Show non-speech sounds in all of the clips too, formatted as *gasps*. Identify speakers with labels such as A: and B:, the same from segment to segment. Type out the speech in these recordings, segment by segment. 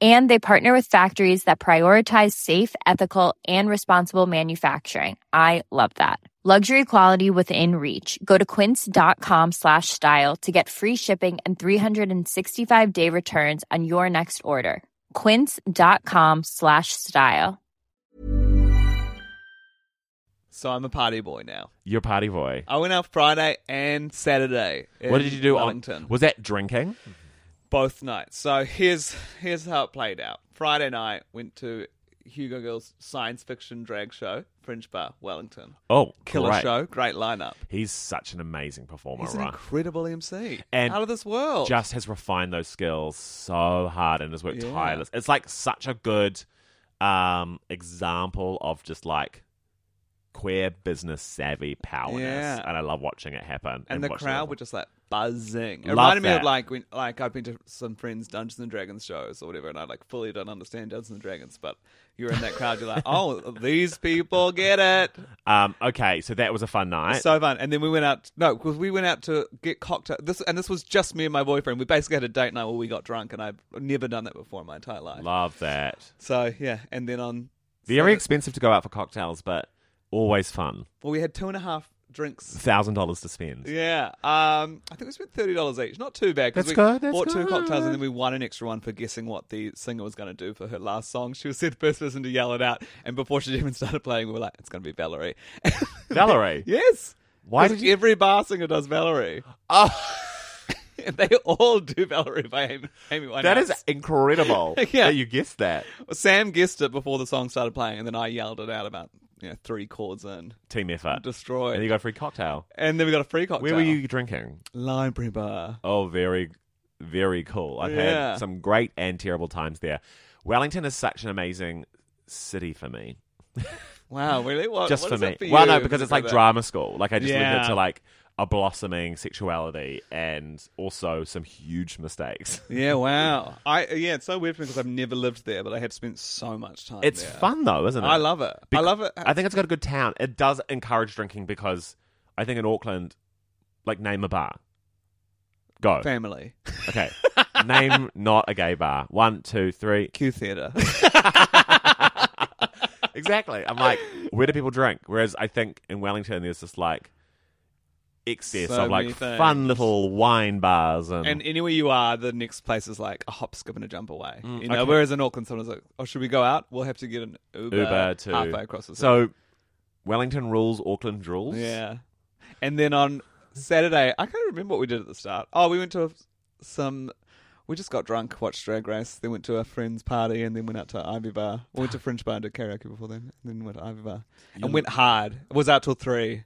A: And they partner with factories that prioritize safe, ethical, and responsible manufacturing. I love that. Luxury quality within reach. Go to quince.com slash style to get free shipping and 365 day returns on your next order. Quince.com slash style.
B: So I'm a party boy now.
C: Your party boy.
B: I went out Friday and Saturday.
C: what
B: in
C: did you do on?
B: Wellington.
C: Was that drinking?
B: both nights. So here's here's how it played out. Friday night went to Hugo Girls science fiction drag show, Fringe Bar, Wellington.
C: Oh,
B: Killer
C: great.
B: show, great lineup.
C: He's such an amazing performer,
B: He's an
C: right?
B: incredible MC.
C: And
B: out of this world.
C: Just has refined those skills so hard and has worked
B: Yeah.
C: tireless. It's like such a good um, example of just like queer business savvy powerness,
B: Yeah.
C: and I love watching it happen.
B: and the
C: watching it
B: crowd
C: happen.
B: were just like buzzing. It
C: Love
B: reminded me
C: that.
B: of like when like I've been to some friends' Dungeons and Dragons shows or whatever, and I like fully don't understand Dungeons and Dragons, but you're in that crowd, you're like, *laughs* oh, these people get it.
C: Um, okay, so that was a fun night.
B: So fun. And then we went out. No, because we went out to get cocktail. This and this was just me and my boyfriend. We basically had a date night where we got drunk, and I've never done that before in my entire life.
C: love that.
B: So yeah, and then on
C: Very expensive to go out for cocktails, but always fun.
B: well, we had two and a half drinks.
C: Thousand dollars to spend.
B: Yeah, um, I think we spent thirty dollars each. Not too bad. 'cause we
C: That's good, that's
B: bought two cocktails
C: good.
B: and then we won an extra one for guessing what the singer was going to do for her last song. She was *laughs* the first person to yell it out, and before she even started playing, we were like, "It's going to be Valerie." *laughs*
C: Valerie?
B: yes.
C: Why
B: 'Cause
C: did you-
B: every bar singer does Valerie?
C: Oh,
B: *laughs* they all do Valerie by Amy, Amy Winehouse.
C: that is incredible.
B: *laughs* Yeah.
C: that you guessed that.
B: Sam guessed it before the song started playing, and then I yelled it out about you know three chords in,
C: Team effort.
B: destroyed,
C: And you got a free cocktail.
B: and then we got a free cocktail.
C: Where were you drinking?
B: Library bar.
C: Oh, very, very cool. I've
B: Yeah.
C: had some great and terrible times there. Wellington is such an amazing city for me.
B: Wow, really? Oh, What,
C: just
B: what
C: for
B: is
C: me.
B: it for
C: well,
B: you?
C: no, because it's like
B: that-
C: drama school. Like I just linked
B: Yeah.
C: it to like a blossoming sexuality and also some
B: *laughs*
C: huge mistakes.
B: Yeah, wow. I yeah, it's so weird for me because I've never lived there, but I had spent so much time.
C: It's
B: there.
C: fun though, isn't it?
B: I love it. I
C: Bec-
B: love it.
C: I think it's got a good town. It does encourage drinking because I think in Auckland, like name a bar. Go.
B: Family
C: Okay. name not a gay bar. One, two, three.
B: Q
C: *laughs*
B: theater. *laughs*
C: exactly. I'm like, where do people drink? Whereas I think in Wellington, there's this like excess
B: So
C: of like
B: many things.
C: fun little wine bars and,
B: and anywhere you are, the next place is like a hop, skip, and a jump away. you know,
C: Mm, okay.
B: whereas in Auckland, someone's like, "Oh, should we go out? We'll have to get an Uber,
C: Uber to
B: halfway across the
C: So Wellington rules, Auckland rules.
B: Yeah. And then on Saturday, I can't remember what we did at the start. Oh, we went to some. We just got drunk, watched Drag Race, then went to a friend's party, and then went out to Ivy Bar. We went
C: *sighs*
B: to Fringe Bar and did karaoke before then, and then went to Ivy Bar and went hard. Was out till three.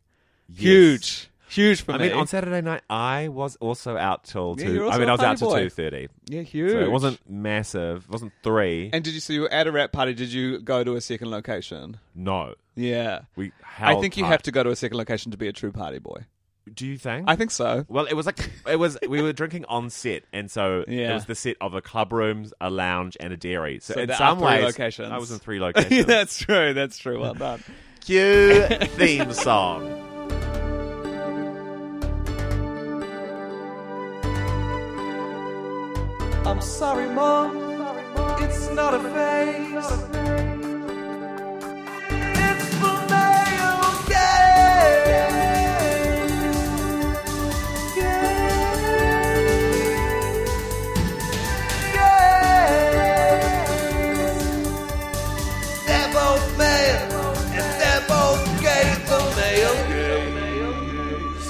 C: Yes.
B: Huge, huge for
C: I
B: me.
C: mean, on Saturday night, I was also out till
B: Yeah,
C: two.
B: you're
C: I
B: also
C: mean,
B: a
C: I was out
B: party
C: till
B: boy.
C: two thirty.
B: yeah, huge.
C: So it wasn't massive. It wasn't three.
B: And did you? So you were at a rap party. Did you go to a second location?
C: no,
B: Yeah.
C: we.
B: I
C: Held
B: think you
C: tight.
B: have to go to a second location to be a true party boy.
C: Do you think?
B: I think so.
C: Well, it was like it was. We were drinking on set, and so
B: Yeah.
C: it was the set of a club rooms, a lounge, and a dairy. So,
B: So
C: in
B: there
C: some
B: are three
C: ways,
B: locations.
C: I was in
B: *laughs*
C: three
B: Yeah,
C: locations.
B: that's true. That's true. Well
C: *laughs*
B: done.
C: Cue theme song.
D: I'm sorry, Mom. It's not a phase. It's the male gaze. Gaze. Gaze. They're both male, and they're both gay. The male gaze.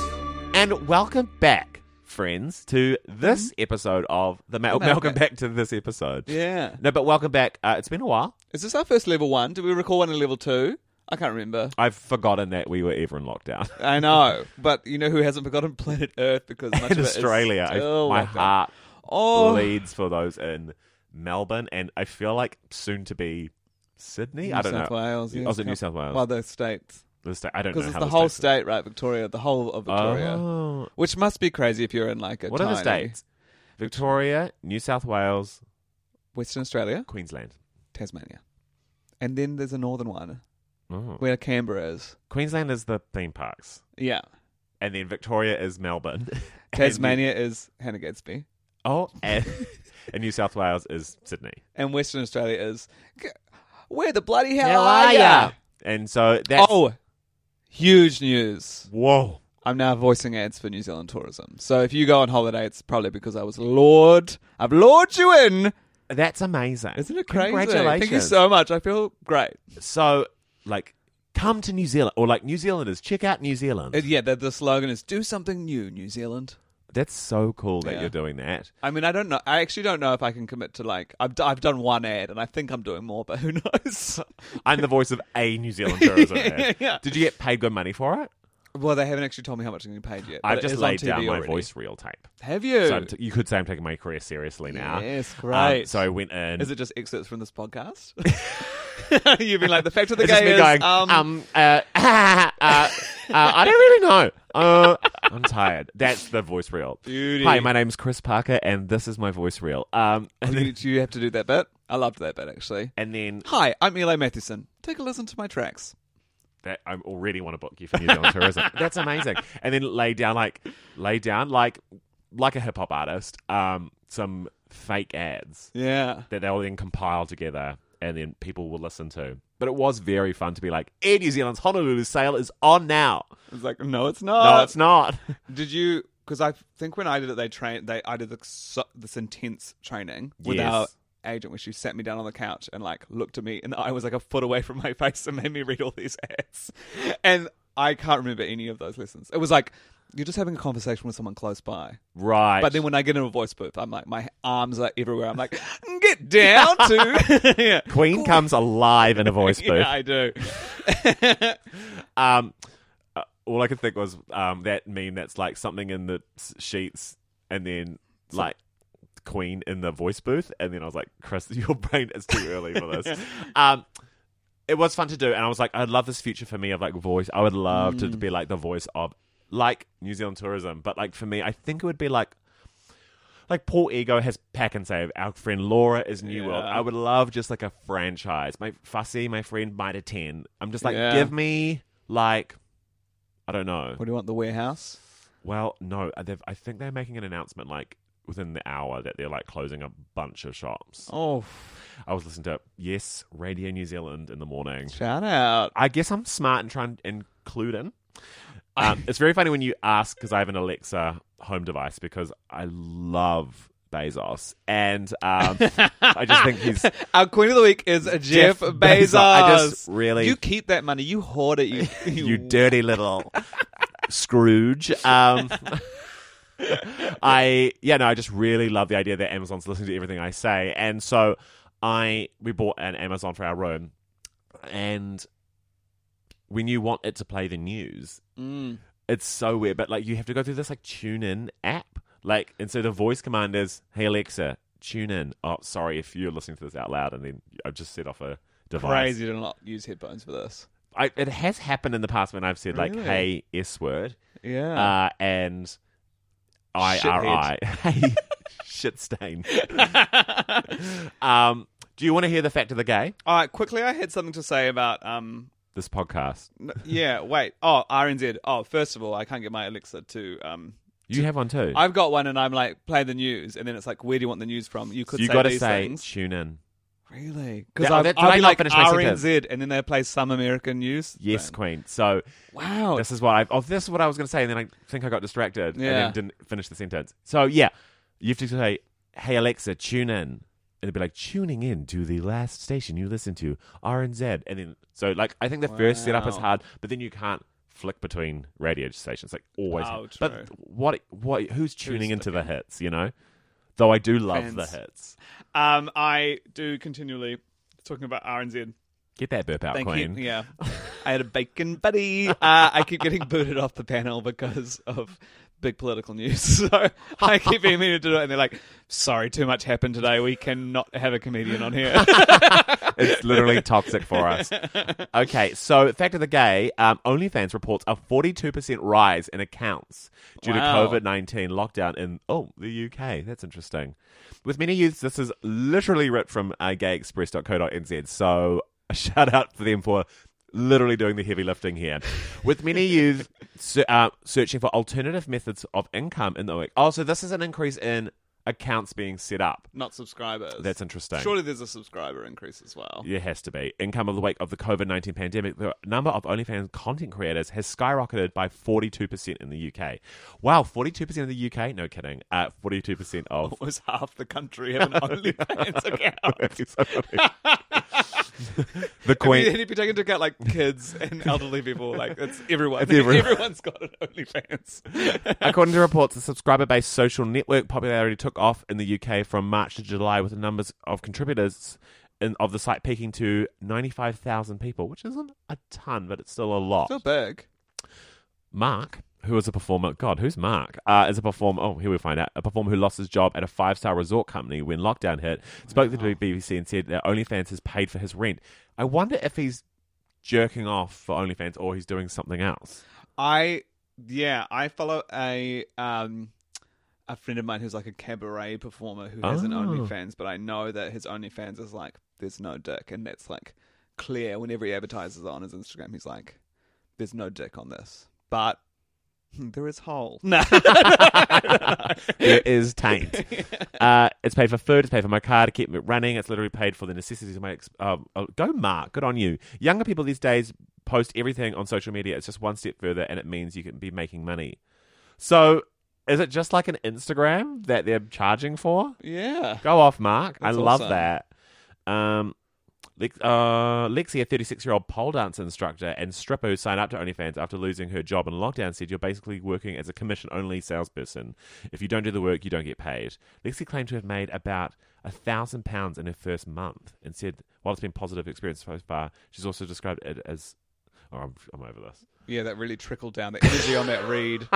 C: And welcome back, friends, to this episode of the Mal-
B: Mm-hmm. Malcolm.
C: Welcome back to this episode.
B: Yeah.
C: No, but welcome back. Uh, it's been a while.
B: Is this our first level one? Did we record one in level two? I can't remember.
C: I've forgotten that we were ever in lockdown.
B: I know, but you know who hasn't forgotten *laughs* planet Earth because much of
C: in
B: it is
C: Australia, I-
B: still
C: my
B: locked down.
C: heart
B: Oh,
C: bleeds for those in Melbourne, and I feel like soon to be Sydney.
B: New
C: I don't
B: South
C: know.
B: Wales,
C: I
B: yeah.
C: was in New South Wales.
B: Well, the states
C: The sta- I don't know
B: because it's
C: how
B: the whole
C: states
B: state, right? Victoria, the whole of
C: are.
B: Victoria,
C: Oh.
B: which must be crazy if you're in like a
C: What are
B: tiny,
C: the states? Victoria, New South Wales,
B: Western Australia,
C: Queensland.
B: Tasmania. And then there's a northern one
C: Oh.
B: where Canberra is.
C: Queensland is the theme parks,
B: Yeah.
C: and then Victoria is Melbourne. *laughs*
B: Tasmania is Hannah Gadsby.
C: Oh, and, *laughs* and New South Wales is Sydney.
B: And Western Australia is. "G- Where the bloody hell,
C: How
B: are,
C: are
B: ya?
C: ya? And so that's
B: Oh, huge news.
C: whoa.
B: I'm now voicing ads for New Zealand tourism. So if you go on holiday, it's probably because I was lured. I've lured you in.
C: That's amazing.
B: Isn't it crazy?
C: Congratulations.
B: Thank you so much. I feel great.
C: So, like, come to New Zealand, or like New Zealanders, check out New Zealand.
B: Uh, yeah, the, the slogan is "Do something new, New Zealand."
C: That's so cool that
B: Yeah.
C: you're doing that.
B: I mean, I don't know. I actually don't know if I can commit to like I've d- I've done one ad, and I think I'm doing more, but who *laughs* knows?
C: I'm the voice of a
B: *laughs*
C: New Zealand tourism. ad.
B: Yeah.
C: Did you get paid good money for it?
B: well, they haven't actually told me how much I'm getting paid yet. but
C: I've
B: it
C: just
B: is on
C: laid down
B: TV
C: my
B: already.
C: voice reel tape.
B: Have you?
C: So I'm t- you could say I'm taking my career seriously now.
B: Yes,
C: Um,
B: great.
C: so I went in.
B: is it just excerpts from this
C: *laughs*
B: podcast? *laughs* You've been like the fact of the
C: It's
B: game
C: just me
B: is
C: going,
B: um,
C: um, uh, *laughs* uh, uh, I don't really know. Uh, I'm tired. That's the voice reel.
B: Beauty.
C: Hi, my name's Chris Parker, and this is my voice reel. Um, and then,
B: Did *laughs* you have to do that bit? I loved that bit actually.
C: and then
B: *gasps* Hi, I'm Eli Matheson. Take a listen to my tracks.
C: that I already want to book you for New Zealand tourism.
B: *laughs*
C: That's amazing. And then lay down like lay down like like a hip hop artist, um, some fake ads
B: Yeah.
C: that they'll then compile together and then people will listen to. But it was very fun to be like, Air New Zealand's Honolulu sale is on now.
B: It's like, no, it's
C: No,
B: not. *laughs*
C: it's not.
B: Did you? Because I think when I did it, they trained. They I did the, so- this intense training with
C: Yes.
B: our agent, where she sat me down on the couch and like looked at me, and I was like a foot away from my *laughs* face, and made me read all these ads. And I can't remember any of those lessons. It was like you're just having a conversation with someone close by.
C: Right.
B: But then when I get in a voice booth, I'm like my arms are everywhere. I'm like, get down
C: *laughs*
B: to yeah.
C: Queen comes
B: *laughs*
C: alive in a voice booth.
B: Yeah, I
C: *laughs*
B: do.
C: Um, uh, all I could think was um, that meme that's like something in the s- sheets and then like Queen in the voice booth. And then I was like, Chris, *laughs* your brain is too early for this. um, it was fun to do. And I was like, I'd love this future for me of like voice. I would love to be like the voice of like New Zealand tourism. But like for me, I think it would be like. Like Paul Ego has Pack and Save. Our friend Laura is New World.
B: Yeah.
C: I would love just like a franchise. My Fussy, my friend, might attend. I'm just like,
B: Yeah.
C: give me like, I don't know.
B: What do you want? The warehouse.
C: Well, no, uh, they've, I think they're making an announcement like within the hour that they're like closing a bunch of shops.
B: Oh,
C: I was listening to Yes Radio New Zealand in the morning.
B: shout out.
C: I guess I'm smart and trying to
B: *laughs*
C: include in. Um, it's very funny when you ask because I have an Alexa home device because I love Bezos and um, I just think he's
B: *laughs* Our queen of the week is *laughs* Jeff,
C: Bezos.
B: Bezos.
C: I just really-
B: you keep that money. You hoard it. You, you,
C: *laughs*
B: *laughs*
C: you dirty little Scrooge. Um, I yeah no, I just really love the idea that Amazon's listening to everything I say, and so I we bought an Amazon for our room, and when you want it to play the news,
B: Mm.
C: it's so weird. But like you have to go through this like tune in app, like and so the voice command is Hey Alexa, tune in. Oh, sorry if you're listening to this out loud, and then I've just set off a device.
B: Crazy to not use headphones for this.
C: I, it has happened in the past when I've said like
B: Really?
C: Hey S word,
B: Yeah.
C: uh, and I R I *laughs* hey
B: *laughs*
C: shit stain. um, do you want to hear the fact of the gay?
B: All right. Quickly, I had something to say about. Um.
C: This podcast.
B: n- Yeah. Wait. Oh, RNZ. Oh, first of all, I can't get my Alexa to. Um.
C: You have one too.
B: I've got one, and I'm like, play the news, and then it's like, where do you want the news from? You could
C: you
B: say
C: got to
B: these
C: say
B: things.
C: tune in.
B: Really?
C: Yeah,
B: Because
C: oh,
B: I'll,
C: that- did
B: I'll
C: I
B: be
C: not
B: like
C: finish my sentence?
B: RNZ, and then they play some American news.
C: Yes,
B: thing.
C: Queen. So
B: Wow.
C: this is what I. Oh, this is what I was going to say, and then I think I got distracted and
B: Yeah.
C: then didn't finish the sentence. So yeah, you have to say, "Hey Alexa, tune in." And it'd be like tuning in to the last station you listen to, R and Z, and then so like I think the first setup is
B: Wow.
C: hard, but then you can't flick between radio stations. Like always,
B: Oh, true.
C: but what what who's tuning
B: the
C: into the hits? You know, though I do love
B: Fans.
C: the hits.
B: Um, I do continually talking about RNZ.
C: Get that burp out,
B: Thank
C: Oh, Queen.
B: you.
C: *laughs*
B: Yeah, I had a bacon buddy. Uh, I keep getting booted off the panel because of big political news. *laughs* So I keep emailing to do it, and they're like, "Sorry, too much happened today. We cannot have a comedian on
C: *laughs*
B: here."
C: It's literally toxic for us. Okay, so fact of the gay, um, OnlyFans reports a 42% rise in accounts due
B: Wow.
C: to COVID 19 lockdown in, oh, the UK. That's interesting. With many youths, this is literally ripped from uh, gayexpress.co.nz. So a *laughs* shout out for them for literally doing the heavy lifting here. With many youth se- uh, searching for alternative methods of income in the week. Oh, so this is an increase in accounts being set up.
B: Not subscribers.
C: That's interesting.
B: Surely there's a subscriber increase as well.
C: There has to be. Income of the wake of the COVID 19 pandemic, the number of OnlyFans content creators has skyrocketed by 42% in the UK. Wow, 42% of the UK? No kidding. Uh, 42%
B: *laughs*
C: of.
B: Almost half the country
C: *laughs*
B: have an OnlyFans account.
C: *laughs* the
B: Then *laughs*
C: Queen.
B: if you take into account like kids and elderly people, like it's everyone.
C: It's everyone.
B: *laughs* Everyone's got an
C: *laughs*
B: OnlyFans.
C: According to reports, the subscriber based social network popularity took off in the UK from March to July, with the numbers of contributors in, of the site peaking to 95,000 people, which isn't a ton, but it's still a lot.
B: Still big.
C: Mark, who is a performer, God, who's Mark? Uh, is a performer. Oh, here we find out a performer who lost his job at a five-star resort company when lockdown hit. Spoke to the BBC and said that OnlyFans has paid for his rent. I wonder if he's jerking off for OnlyFans or he's doing something else.
B: I yeah, I follow a um a friend of mine who's like a cabaret performer who has an
C: Oh.
B: OnlyFans, but I know that his OnlyFans is like there's no dick, and that's like clear whenever he advertises on his Instagram. He's like, "There's no dick on this, but *laughs* hmm, there is hole." *laughs* No,
C: *laughs* There is taint. Uh, it's paid for food. It's paid for my car to keep me running. It's literally paid for the necessities of my. Ex- um, oh, go, Mark. Good on you. Younger people these days post everything on social media. It's just one step further, and it means you can be making money. So, is it just like an Instagram that they're charging for?
B: yeah,
C: Go off, Mark.
B: That's
C: I love
B: awesome.
C: that. Um, Lex- uh, Lexi, a 36 year old pole dance instructor and stripper who signed up to OnlyFans after losing her job in lockdown, said, You're basically working as a commission only salesperson. If you don't do the work, you don't get paid. Lexi claimed to have made about a thousand pounds in her first month and said, While it's been positive experience so far, she's also described it as. Oh, I'm, I'm over this.
B: yeah. That really trickled down the energy on that
C: *laughs*
B: read.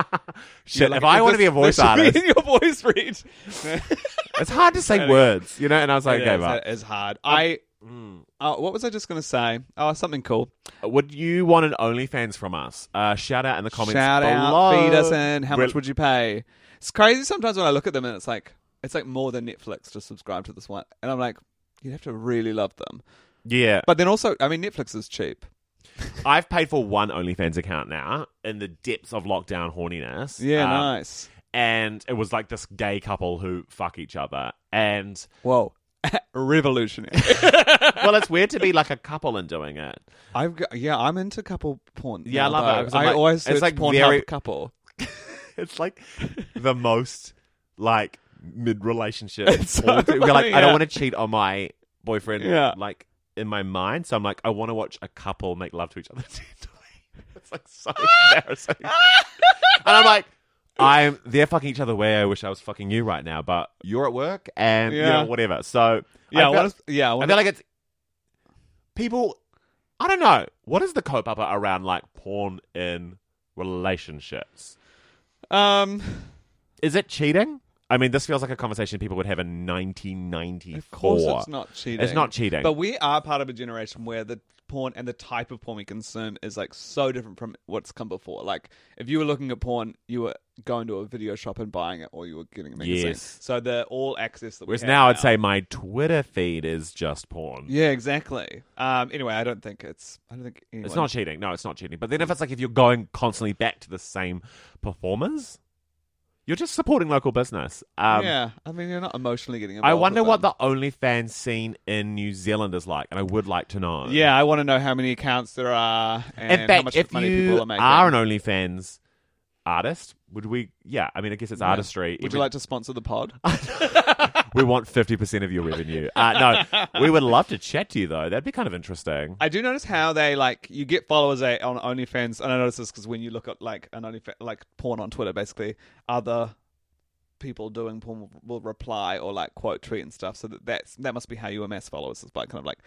C: Shit,
B: You're like,
C: if I
B: "Is
C: want to
B: this-
C: be a voice
B: this should be
C: artist,
B: in your voice read.
C: *laughs* it's hard
B: *laughs*
C: to say words, you know? And I was like,
B: It
C: Okay, Um,
B: is-
C: Mark.
B: it is hard. I. Oh, what was I just going to say? Oh, something cool.
C: Would you want an OnlyFans from us? Uh, shout out in the comments
B: Shout
C: below.
B: out, feed us in. How
C: Re-
B: much would you pay? It's crazy sometimes when I look at them and it's like it's like more than Netflix to subscribe to this one, and I'm like, you'd have to really love them.
C: Yeah,
B: But then also, I mean, Netflix is cheap.
C: I've paid for one OnlyFans account now in the depths of lockdown horniness.
B: Yeah,
C: Um,
B: nice.
C: And it was like this gay couple who fuck each other, and
B: Whoa, *laughs*
C: *laughs*
B: revolutionary.
C: well, it's weird to be like a couple and doing it.
B: I've got, yeah, I'm into couple porn.
C: Yeah, I
B: now,
C: love it,
B: though.
C: 'cause I'm
B: I
C: like-
B: always
C: it's
B: search
C: like
B: Pornhub
C: very-
B: couple.
C: *laughs* It's like the most like mid relationship.
B: It's so
C: We're like,
B: funny,
C: I
B: yeah.
C: don't want to cheat on my boyfriend.
B: Yeah.
C: like in my mind, so I'm like, I want to watch a couple make love to each other. *laughs* digitally. it's like
B: *laughs*
C: so embarrassing, and I'm like. I'm they're fucking each other way. I wish I was fucking you right now, but you're at work and you
B: Yeah.
C: know whatever. So
B: Yeah, I
C: I feel,
B: wanna, yeah, I
C: I
B: wanna,
C: feel like it's people. I don't know what is the cope up around like porn in relationships.
B: um,
C: Is it cheating? I mean, this feels like a conversation people would have in 1994.
B: of course it's not cheating.
C: It's not cheating.
B: But we are part of a generation where the porn and the type of porn we consume is like so different from what's come before. Like if you were looking at porn, you were going to a video shop and buying it, or you were getting a magazine.
C: Yes.
B: So the all access that we
C: Whereas
B: have
C: now I'd say my Twitter feed is just porn.
B: yeah, exactly. Um, anyway, I don't think it's. I don't think anyone,
C: It's not cheating. No, it's not cheating. But then
B: Mm.
C: if it's like if you're going constantly back to the same performers, you're just supporting local business. Um,
B: yeah, I mean you're not emotionally getting. Involved
C: I wonder
B: with
C: what
B: them.
C: the OnlyFans scene in New Zealand is like, and I would like to know.
B: Yeah, I want to know how many accounts there are and
C: In
B: how
C: fact,
B: much
C: if
B: money
C: you
B: people are making.
C: are an OnlyFans artist, would we? Yeah, I mean, I guess it's artistry.
B: Would
C: Even-
B: you like to sponsor the pod?
C: we want 50% of your revenue. Uh, no, we would love to chat to you, though. That'd be kind of interesting.
B: I do notice how they like you get followers eh, on OnlyFans, and I notice this because when you look at like an OnlyFans, like porn on Twitter, basically other people doing porn will, will reply or like quote tweet and stuff. So that that's that must be how you amass followers is by kind of like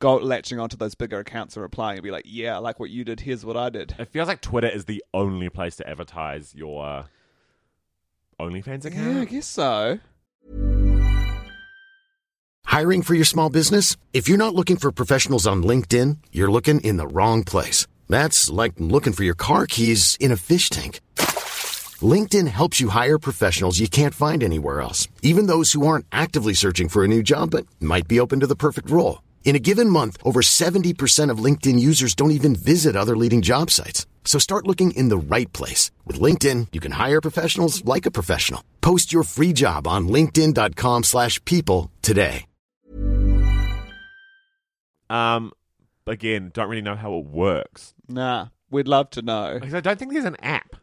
B: go latching onto those bigger accounts and replying and be like, yeah, I like what you did. Here's what I did.
C: It feels like Twitter is the only place to advertise your OnlyFans account?
B: Yeah, I guess so.
E: Hiring for your small business? If you're not looking for professionals on LinkedIn, you're looking in the wrong place. That's like looking for your car keys in a fish tank. LinkedIn helps you hire professionals you can't find anywhere else, even those who aren't actively searching for a new job but might be open to the perfect role. In a given month, over 70% of LinkedIn users don't even visit other leading job sites. So start looking in the right place. With LinkedIn, you can hire professionals like a professional. Post your free job on linkedin.com/people slash people today.
C: Um, again, don't really know how it works
B: Nah, we'd love to know.
C: because I don't think there's an app.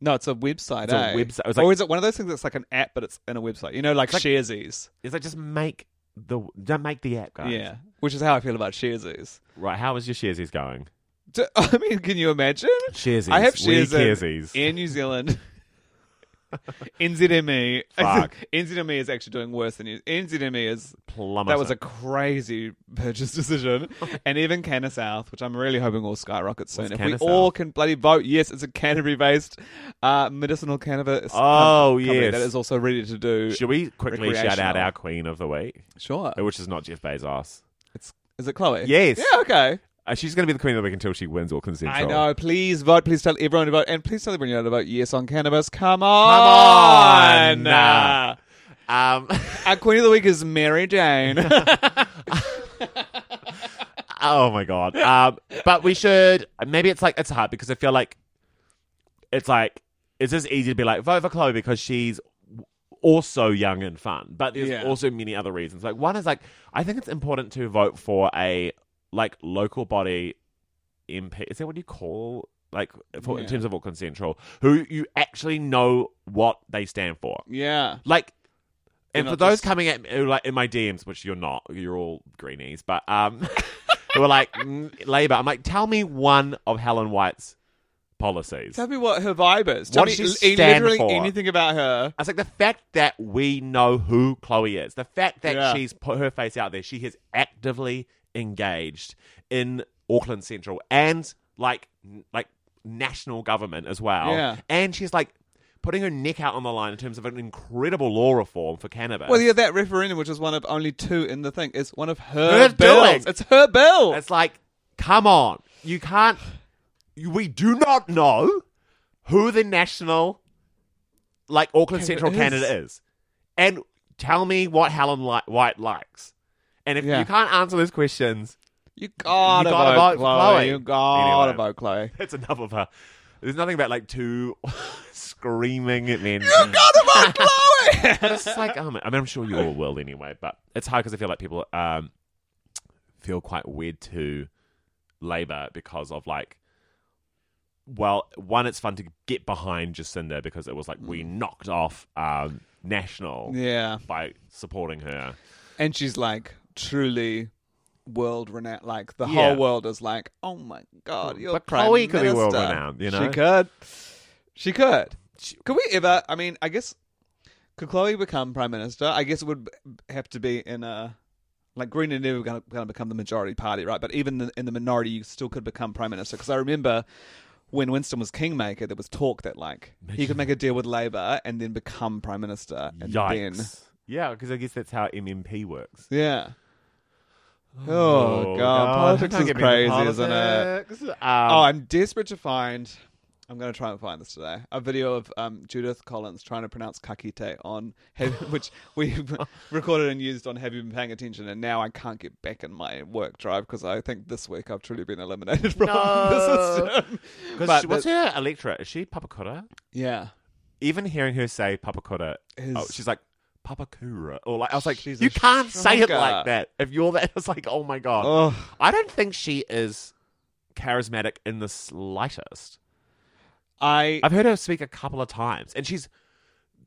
B: No, it's a website.
C: It's a
B: eh?
C: website. It was
B: or
C: like-
B: is it one of those things that's like an app, but it's in a website? You know, like,
C: It's like-
B: Sharesies.
C: It's like just make the don't make the app, guys.
B: Yeah, which is how I feel about Sharesies.
C: Right. How is your sharesies going?
B: Do, *laughs* I mean, can you imagine?
C: Sharesies.
B: I have
C: We
B: Sharesies
C: Sharesies.
B: in New Zealand. *laughs* NZME.
C: Fuck.
B: *laughs* NZME E is actually doing worse than you. NZME E is
C: Plummet.
B: That was a crazy purchase
C: *laughs*
B: decision. and even Canna South, which I'm really hoping will skyrocket soon.
C: What's
B: if we
C: Canna
B: all
C: South?
B: can bloody vote, yes, it's a Canterbury based uh, medicinal cannabis. com-
C: Oh,
B: company
C: yes.
B: That is also ready to do.
C: Should we quickly shout out
B: recreational.
C: our queen of the week,
B: Sure.
C: which is not Jeff Bezos?
B: It's, is it Chloe?
C: Yes.
B: Yeah, okay.
C: Uh, she's going to be the queen of the week until she wins Auckland Central.
B: I know. Please vote. Please tell everyone to vote. And please tell everyone you know to vote yes on cannabis. Come on.
C: on. Nah. Um, *laughs*
B: Our queen of the week is Mary Jane.
C: oh my god. Um, but we should. Maybe it's like it's hard because I feel like it's like it's just easy to be like vote for Chloe because she's also young and fun. But there's
B: Yeah.
C: also many other reasons. Like one is like I think it's important to vote for a like local body MP. Is that what you call? Like for, in
B: Yeah.
C: terms of Auckland Central, who you actually know what they stand for.
B: yeah.
C: Like,
B: You're
C: and for
B: not
C: those
B: just-
C: coming at me, like in my DMs, which you're not, you're all greenies, but um, *laughs* who are like mm, Labour. I'm like, tell me one of Helen White's policies.
B: Tell me what her vibe is. Tell
C: What does
B: me
C: she
B: li-
C: stand
B: literally
C: for?
B: anything about her.
C: I was like, the fact that we know who Chloe is, the fact that
B: Yeah.
C: she's put her face out there, she has actively engaged in Auckland Central and like n- like national government as well.
B: Yeah.
C: and she's like putting her neck out on the line in terms of an incredible law reform for cannabis.
B: Well, yeah, that referendum, which is one of only two in the thing, is one of her,
C: Her
B: bills.
C: doing.
B: It's her bill.
C: It's like, come on. You can't. You, we do not know who the national, like Auckland Central
B: is.
C: candidate is. And tell me what Helen Li- White likes. And if
B: Yeah.
C: you can't answer those questions, *laughs*
B: you gotta,
C: You gotta
B: vote,
C: vote for
B: Chloe.
C: Chloe.
B: You gotta
C: Anyway.
B: vote
C: *laughs*
B: Chloe.
C: that's enough of her. There's nothing about like two *laughs* screaming at men. Mm.
B: Gotta vote Chloe. *laughs*
C: but it's just like, um, I mean, I'm sure you all will anyway, but it's hard because I feel like people um, feel quite weird to Labour because of like, well, one, it's fun to get behind Jacinda because it was like we knocked off um, National
B: Mm. yeah,
C: by supporting her.
B: and she's like truly world renowned. Like the
C: Yeah.
B: whole world is like, oh my god, you're
C: But
B: prime
C: Chloe could be
B: Minister."
C: world-renowned, you know?
B: she could. She could. Could we ever? I mean, I guess could Chloe become prime minister? I guess it would have to be in a like Green and New were going to become the majority party, right? But even the, in the minority, you still could become prime minister. Because I remember when Winston was kingmaker, there was talk that like he could make a deal with Labour and then become prime minister, and
C: Yikes.
B: then
C: Yeah, because I guess that's how MMP works.
B: yeah. Oh, god. politics is crazy, isn't it?
C: Um,
B: Oh, I'm desperate to find. I'm going to try and find this today. A video of um, Judith Collins trying to pronounce kakite on, *laughs* have, which we recorded and used on Have You Been Paying Attention? And now I can't get back in my work drive because I think this week I've truly been eliminated *laughs* from
C: No.
B: the *laughs* system.
C: 'Cause
B: But
C: she- what's
B: the-
C: her electorate? Is she Papakura?
B: Yeah.
C: even hearing her say Papakura,
B: Is-
C: oh, she's like Papakura, or like I was like,
B: She's
C: you
B: a
C: can't say it
B: shrunker.
C: like that. If you're that, *laughs* it's like, oh my god,
B: Ugh.
C: I don't think she is charismatic in the slightest.
B: I.
C: I've heard her speak a couple of times, and she's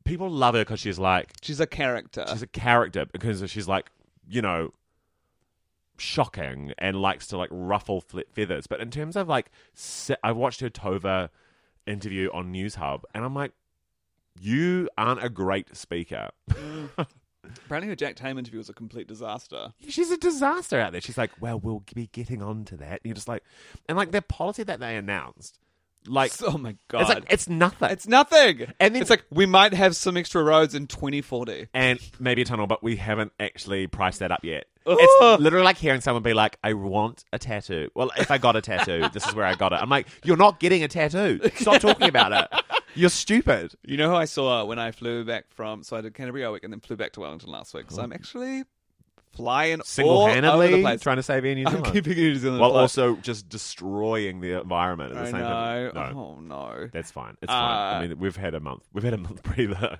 C: people love her because she's like
B: She's a character.
C: she's a character because she's like you know shocking and likes to like ruffle fle- feathers. But in terms of like, se- I watched her Tova interview on News Hub, and I'm like. You aren't a great speaker. *laughs*
B: Apparently, her Jack Tame interview was a complete disaster.
C: she's a disaster out there. She's like, well, we'll be getting on to that. And you're just like, and like their policy that they announced
B: *laughs*
C: Like,
B: oh my god,
C: it's like it's nothing.
B: It's nothing.
C: And
B: And
C: then-
B: it's like we might have some extra roads in 2040.
C: and maybe a tunnel, but we haven't actually priced that up
B: *laughs*
C: yet.
B: Ugh.
C: It's literally like hearing someone be like, "I want a tattoo." Well, if I got
B: *laughs*
C: a tattoo, this is where I got it. I'm like, "You're not getting a tattoo. Stop talking about it. You're stupid."
B: You know who I saw uh, when I flew back from? So I did Canterbury all week and then flew back to Wellington last week. So I'm actually flying all over the
C: Single-handedly
B: place.
C: trying to save Air New
B: *laughs* I'm
C: Zealand,
B: keeping New Zealand
C: while
B: afloat.
C: also just destroying the environment at the
B: I
C: same
B: know.
C: time. No,
B: Oh no.
C: that's fine. It's fine. I
B: Uh,
C: mean, we've had a month. We've had a month
B: *laughs*
C: *laughs* breather.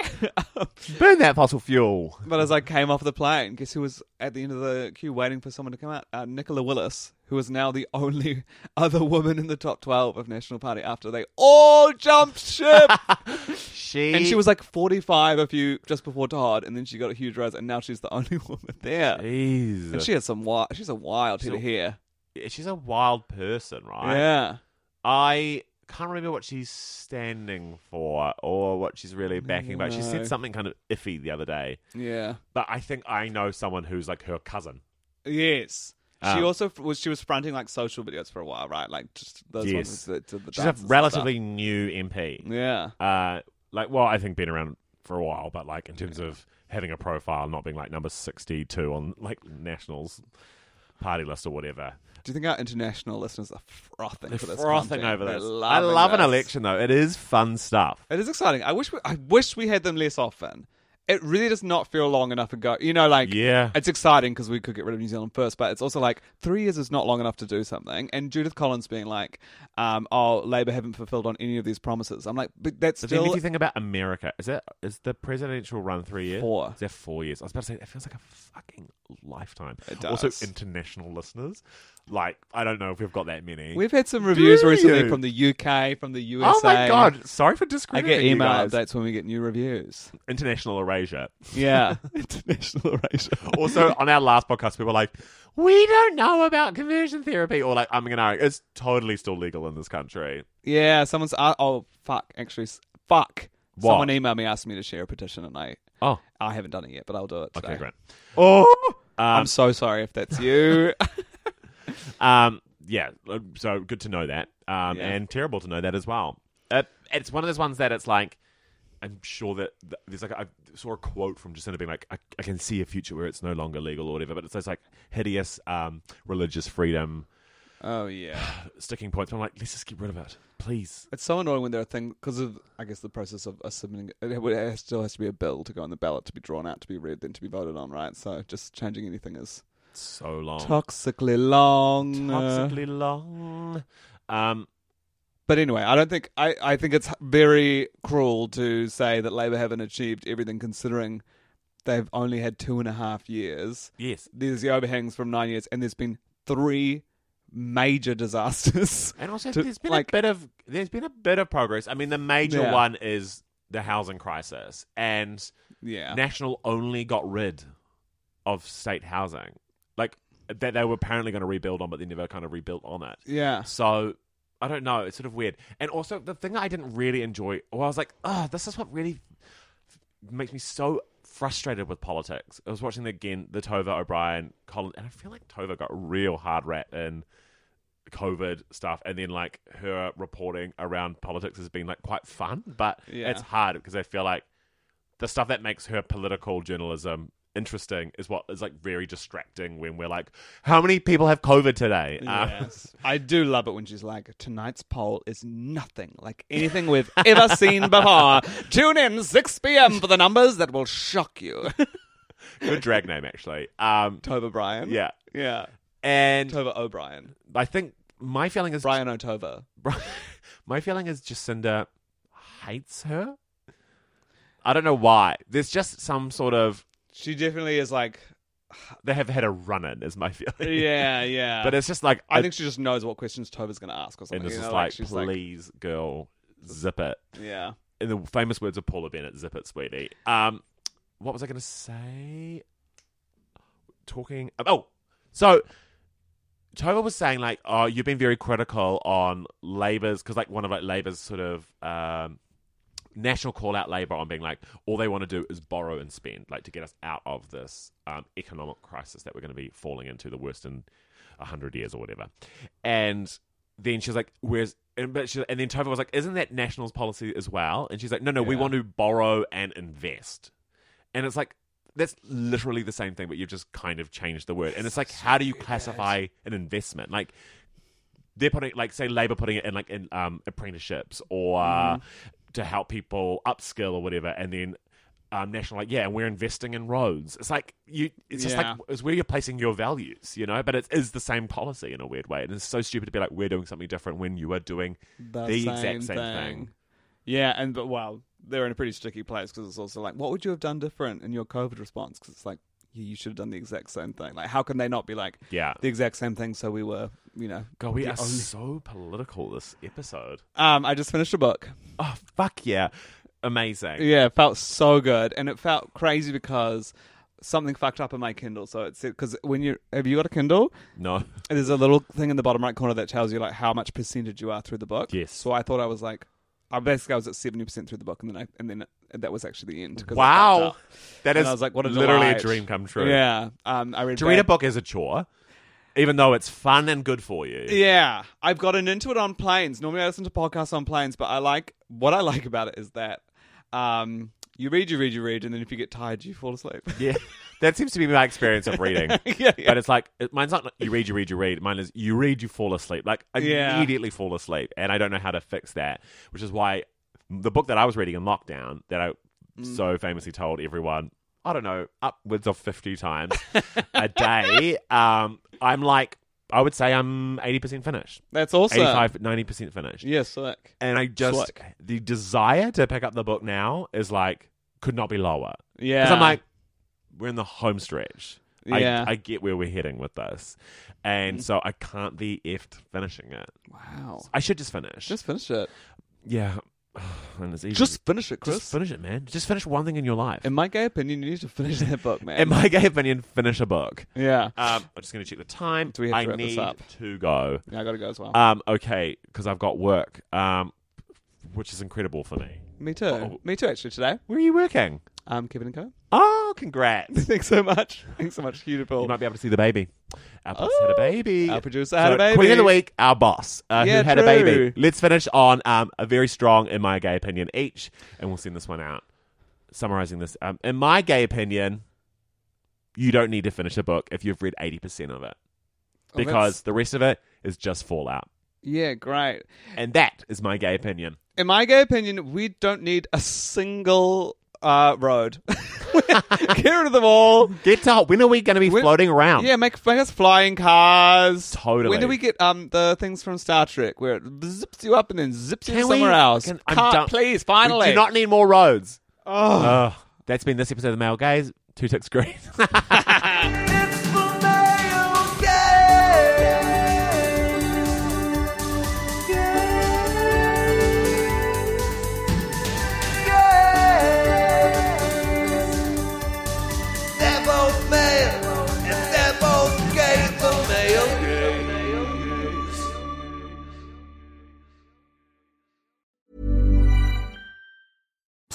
C: Burn that fossil fuel.
B: But as I came off the plane, guess who was at the end of the queue waiting for someone to come out? Uh, Nicola Willis, who is now the only *laughs* other woman in the top 12 of National Party after they all jumped ship.
C: She
B: and she was like 45 a few just before Todd, and then she got a huge rise, and now she's the *laughs* only woman there.
C: Jeez.
B: And she has some wild, she's a wild
C: She's
B: hit
C: a-
B: here.
C: she's a wild person, right?
B: Yeah.
C: I can't remember what she's standing for or what she's really backing, but she
B: Mm, No.
C: said something kind of iffy the other day.
B: Yeah.
C: But I think I know someone who's like her cousin.
B: Yes. she
C: Um,
B: also f- was, she was fronting like social videos for a while, right? Like just those
C: Yes.
B: ones that did the
C: She's a
B: dances and stuff.
C: relatively new MP.
B: Yeah.
C: Uh, like, well, I think been around for a while, but like in terms of having a profile, not being like number sixty-two on like Nationals party list or whatever.
B: Do you think our international listeners are frothing
C: They're
B: for this?
C: frothing
B: content?
C: over
B: They're
C: this. I
B: loving
C: love an
B: this.
C: election though; it is fun stuff.
B: It is exciting. I wish we, I wish we had them less often. It really does not feel long enough ago. You know, like
C: Yeah.
B: *laughs* it's exciting because we could get rid of New Zealand first, but it's also like three years is not long enough to do something. And Judith Collins being like, um, "Oh, Labor haven't fulfilled on any of these promises." I'm like, but that's
C: But then if
B: still
C: you think about America, is that is the presidential run three years?
B: Four.
C: Is that four years? I was about to say it feels like a fucking lifetime.
B: It does.
C: Also, international listeners, like I don't know if we've got that many.
B: We've had some reviews
C: Do
B: recently
C: you?
B: from the UK, from the USA.
C: oh my god! Sorry for
B: I
C: discriminating.
B: get email
C: you guys.
B: updates when we get new
C: *laughs*
B: reviews.
C: International erasure.
B: Yeah, international erasure.
C: also, on our last podcast, we were like, we don't know about conversion therapy, or like, I'm gonna. It's totally still legal in this country.
B: Yeah, someone's uh, oh fuck, actually s- fuck.
C: What?
B: Someone emailed me asking me to share a petition, and I
C: Oh,
B: I haven't done it yet, but I'll do it.
C: okay,
B: today.
C: great. Oh,
B: I'm so sorry if that's
C: *laughs*
B: you.
C: Um, yeah. So good to know that. Um,
B: Yeah.
C: and terrible to know that as well. Uh, it's one of those ones that it's like, I'm sure that th- there's like I saw a quote from Jacinta being like, I, I can see a future where it's no longer legal or whatever, but it's those like hideous um, religious freedom
B: oh yeah,
C: sticking points. I'm like, let's just get rid of it, please.
B: it's so annoying when there are things because of I guess the process of us submitting it, it still has to be a bill to go on the ballot to be drawn out to be read then to be voted on, right? So just changing anything is
C: So long,
B: toxically long.
C: Oh. toxically long. Um,
B: But anyway, I don't think I, I think it's very cruel to say that Labour haven't achieved everything considering they've only had two and a half years.
C: yes,
B: There's the overhangs from nine years and there's been three major disasters. *laughs*
C: And also,
B: to-
C: there's been
B: like-
C: a bit of there's been a bit of progress. I mean, the major
B: Yeah.
C: one is the housing crisis, and
B: Yeah.
C: National only got rid of state housing, like that they were apparently going to rebuild on, but they never kind of rebuilt on it.
B: yeah.
C: So I don't know. It's sort of weird. And also, the thing that I didn't really enjoy, well, I was like, oh, this is what really f- makes me so frustrated with politics. I was watching again the Tova O'Brien column, and I feel like Tova got a real hard rap in COVID stuff, and then like her reporting around politics has been like quite fun, but
B: Yeah.
C: it's hard because I feel like the stuff that makes her political journalism interesting is what is like very distracting when we're like how many people have covid today Um,
B: Yes. I do love it when she's like, tonight's poll is nothing like anything we've ever seen
C: *laughs*
B: before. Tune in 6 p.m. for the numbers that will shock you.
C: *laughs* Good drag name, actually. Um,
B: Tova Bryan.
C: yeah.
B: Yeah.
C: And
B: Tova O'Brien.
C: I think my feeling is
B: Brian O'Tova.
C: *laughs* my feeling is Jacinda hates her. I don't know why. There's just some sort of
B: She definitely is like,
C: they have had a run in is my *laughs* feeling.
B: yeah, yeah.
C: *laughs* But it's just like
B: I think she just knows what questions Tova's going to ask or something.
C: and this
B: you
C: is
B: know,
C: like,
B: she's
C: please, girl, zip it.
B: like, yeah.
C: In the famous words of Paula Bennett, zip it, sweetie. Um, what was I going to say? Talking. Oh, so Tova was saying like, oh, you've been very critical on Labor's because like one of like Labor's sort of um, national call out Labor on being like, all they want to do is borrow and spend, like to get us out of this um, economic crisis that we're going to be falling into, the worst in a hundred years or whatever. And then she was like, "Where's?" And, but she, and then Tova was like, "Isn't that National's policy as well?" And she's like, "No, no, we
B: Yeah.
C: want to borrow and invest." And it's like that's literally the same thing, but you've just kind of changed the word. And it's like, how do you classify an investment? Like they're putting, like, say, Labor putting it in like in um, apprenticeships or uh, to help people upskill or whatever, and then. Um, national, like yeah, we're investing in roads. It's like you. It's just
B: Yeah.
C: like it's where you're placing your values, you know. But it is the same policy in a weird way, and it's so stupid to be like we're doing something different when you are doing the, exact same thing.
B: Yeah, and but wow, they're in a pretty sticky place because it's also like, what would you have done different in your COVID response? Because it's like, you, you should have done the exact same thing. Like, how can they not be like,
C: Yeah.
B: the exact same thing? So we were, you know,
C: God, we
B: the
C: are
B: only-
C: so political this episode.
B: Um, I just finished a book.
C: Oh fuck yeah, amazing.
B: Yeah, it felt so good, and it felt crazy because something fucked up in my Kindle. So it's because when you have you got a Kindle, *laughs*
C: No,
B: And There's a little thing in the bottom right corner that tells you like how much percentage you are through the book.
C: Yes.
B: So I thought I was like, I basically I was at seventy percent through the book, and then I and then that was actually the end. 'cause it fucked
C: wow,
B: up.
C: that
B: And
C: is
B: I was like, what a
C: literally a
B: delight.
C: dream come true.
B: Yeah. Um, I read
C: to read a
B: Bad-
C: book is a chore, even though it's fun and good for you.
B: Yeah, I've gotten into it on planes. Normally I listen to podcasts on planes, but I like what I like about it is that um, you read, you read, you read, and then if you get tired, you fall asleep. *laughs*
C: Yeah. *laughs* That seems to be my experience of reading.
B: Yeah, yeah.
C: But it's like, it, mine's not like, you read, you read, you read. Mine is you read, you fall asleep. Like, I
B: Yeah.
C: immediately fall asleep. And I don't know how to fix that, which is why the book that I was reading in lockdown that I
B: Mm.
C: so famously told everyone, I don't know, upwards of
B: *laughs*
C: 50 times a day, um, I'm like, I would say I'm 80% finished.
B: That's awesome.
C: 85, 90% finished.
B: Yeah, sick.
C: And I just,
B: Slick.
C: the desire to pick up the book now is like, could not be lower.
B: Yeah.
C: Because I'm like, we're in the home stretch.
B: Yeah.
C: I, I get where we're heading with this. And so I can't be effed finishing it.
B: wow.
C: I should just finish.
B: Just finish it.
C: yeah. *sighs* and it's easy.
B: Just finish it, Chris.
C: Just finish it, man. Just finish one thing in your life.
B: In my gay opinion, you need to finish that book, man.
C: in my *laughs* gay opinion, finish a book.
B: yeah.
C: Um, I'm just going to check the time.
B: Do we have to
C: I
B: wrap
C: need
B: this up?
C: to go.
B: Yeah, I gotta go as well.
C: Um, okay, because I've got work, um, which is incredible for me.
B: me too.
C: oh.
B: Me too. Actually, today.
C: Where are you working?
B: Um, Kevin and
C: *laughs*
B: Co.
C: Oh, congrats.
B: Thanks so much. *laughs* Thanks so much,
C: You
B: beautiful.
C: might be able to see the baby. Our boss had a
B: Oh,
C: baby.
B: our producer had a baby.
C: Queen of the week, our boss, uh,
B: Yeah,
C: who had a baby.
B: true.
C: Let's finish on um, a very strong, in my gay opinion, each, and we'll send this one out. Summarizing this, um, in my gay opinion, you don't need to finish a book if you've read eighty percent of it,
B: Oh, that's-
C: because the rest of it is just fallout,
B: yeah, great.
C: and that is my gay opinion.
B: In my gay opinion, we don't need a single uh,
C: *laughs*
B: road. *laughs* Get rid of them all.
C: Get to when are we going to be
B: When-
C: floating around?
B: Yeah, make, make us flying cars.
C: Totally.
B: When do we get um the things from Star Trek where it zips you up and then zips you
C: Can we-
B: somewhere else?
C: can- I'm
B: Car-
C: done-
B: please,
C: we
B: finally.
C: do not need more roads.
B: Oh.
C: Ugh. that's been this episode of the Male Gaze. Two ticks green. *laughs*
D: It's the male gaze. Gaze. Gaze. They're both male, and they're both gay. The male gaze.